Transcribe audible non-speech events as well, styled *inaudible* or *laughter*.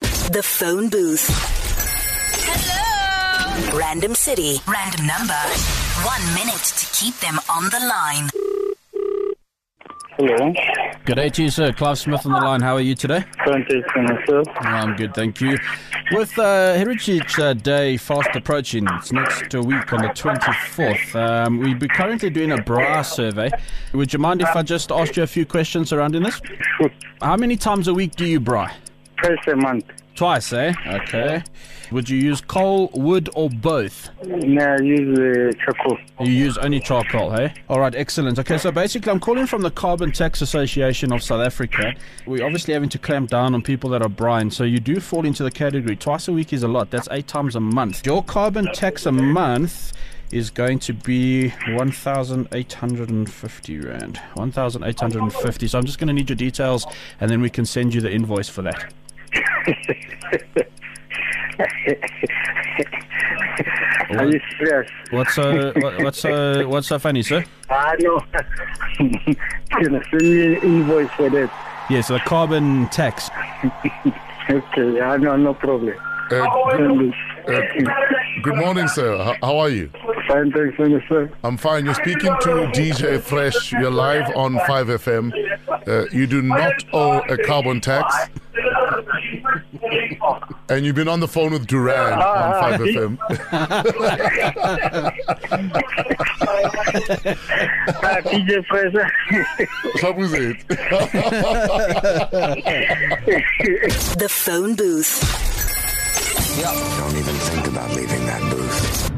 The phone booth. Hello. Random city, random number. One minute to keep them on the line. Hello. Good day to you, sir. Clive Smith on the line. How are you today? Francis and myself. I'm good, thank you. With uh, Heritage uh, Day fast approaching, it's next week on the 24th. Um, we're currently doing a bra survey. Would you mind if I just asked you a few questions surrounding this? Sure. How many times a week do you bra? Twice a month. Twice, eh? Okay. Would you use coal, wood, or both? Now use the charcoal. You use only charcoal, hey? All right, excellent. Okay, so basically, I'm calling from the Carbon Tax Association of South Africa. We're obviously having to clamp down on people that are brine, so you do fall into the category. Twice a week is a lot. That's eight times a month. Your carbon tax a month is going to be 1,850 rand. 1,850. So I'm just going to need your details, and then we can send you the invoice for that. Are you serious? What's so what, what's so what's so funny, sir? I *laughs* know. Can I send you an invoice for that? Yes, the carbon tax. Okay, I know, no problem. Uh, Send it. good morning, sir. How, how are you? Fine, thanks, and yourself. I'm fine. You're speaking to DJ Fresh. You're live on 5FM. Uh, you do not owe a carbon tax, and you've been on the phone with Duran on *laughs* 5FM. Ah, DJ Fraser. What was it? *laughs* The phone booth. Don't even think about leaving that booth.